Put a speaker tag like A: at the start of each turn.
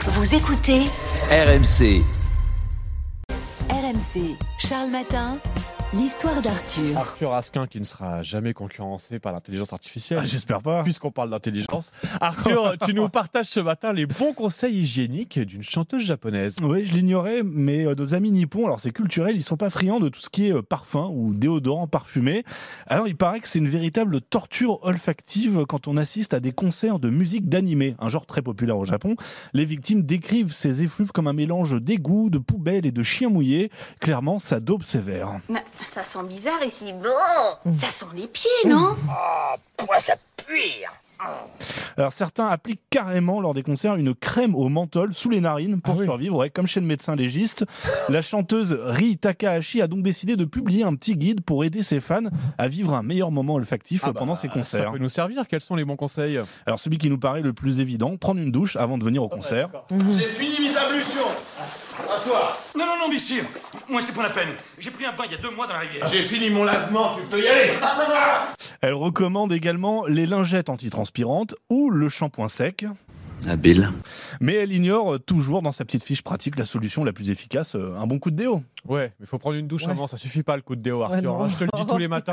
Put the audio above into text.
A: Vous écoutez
B: RMC.
A: RMC Charles Matin, l'histoire d'Arthur.
C: Arthur Asquin qui ne sera jamais concurrencé par l'intelligence artificielle.
D: Ah, J'espère pas.
C: Puisqu'on parle d'intelligence, Arthur, tu nous partages ce matin les bons conseils hygiéniques d'une chanteuse japonaise.
D: Oui, je l'ignorais, mais euh, nos amis nippons, alors c'est culturel, ils sont pas friands de tout ce qui est euh, parfum ou déodorant parfumé. Alors il paraît que c'est une véritable torture olfactive quand on assiste à des concerts de musique d'animé, un genre très populaire au Japon. Les victimes décrivent ces effluves comme un mélange d'égouts, de poubelles et de chiens mouillés. Clairement, ça dope sévère.
E: Mais ça sent bizarre ici.
A: Mm.
E: Bon, ça sent les pieds, non
D: Alors certains appliquent carrément lors des concerts une crème au menthol sous les narines pour
C: Ah oui.
D: survivre, ouais, comme chez le médecin légiste. La chanteuse Ri Takahashi a donc décidé de publier un petit guide pour aider ses fans à vivre un meilleur moment olfactif
C: Ah
D: euh, pendant
C: bah,
D: ses
C: Ça
D: concerts.
C: peut nous servir. Quels sont les bons conseils
D: Alors celui qui nous paraît le plus évident, prendre une douche avant de venir au
C: Ah bah,
D: concert.
F: J'ai fini mes ablutions. À toi.
G: Non, non, non, messieurs. Moi, c'était pour la peine. J'ai pris un bain il y a deux mois dans la rivière.
F: J'ai fini mon lavement, tu peux y aller.
D: Elle recommande également les lingettes antitranspirantes ou le shampoing sec.
B: Habile.
D: Mais elle ignore euh, toujours dans sa petite fiche pratique la solution la plus efficace, euh, un bon coup de déo.
C: Ouais, mais faut prendre une douche
H: Ouais.
C: avant. Ça suffit pas le coup de déo,
H: Ouais,
C: Arthur.
H: non.
C: hein. je te le dis tous les matins.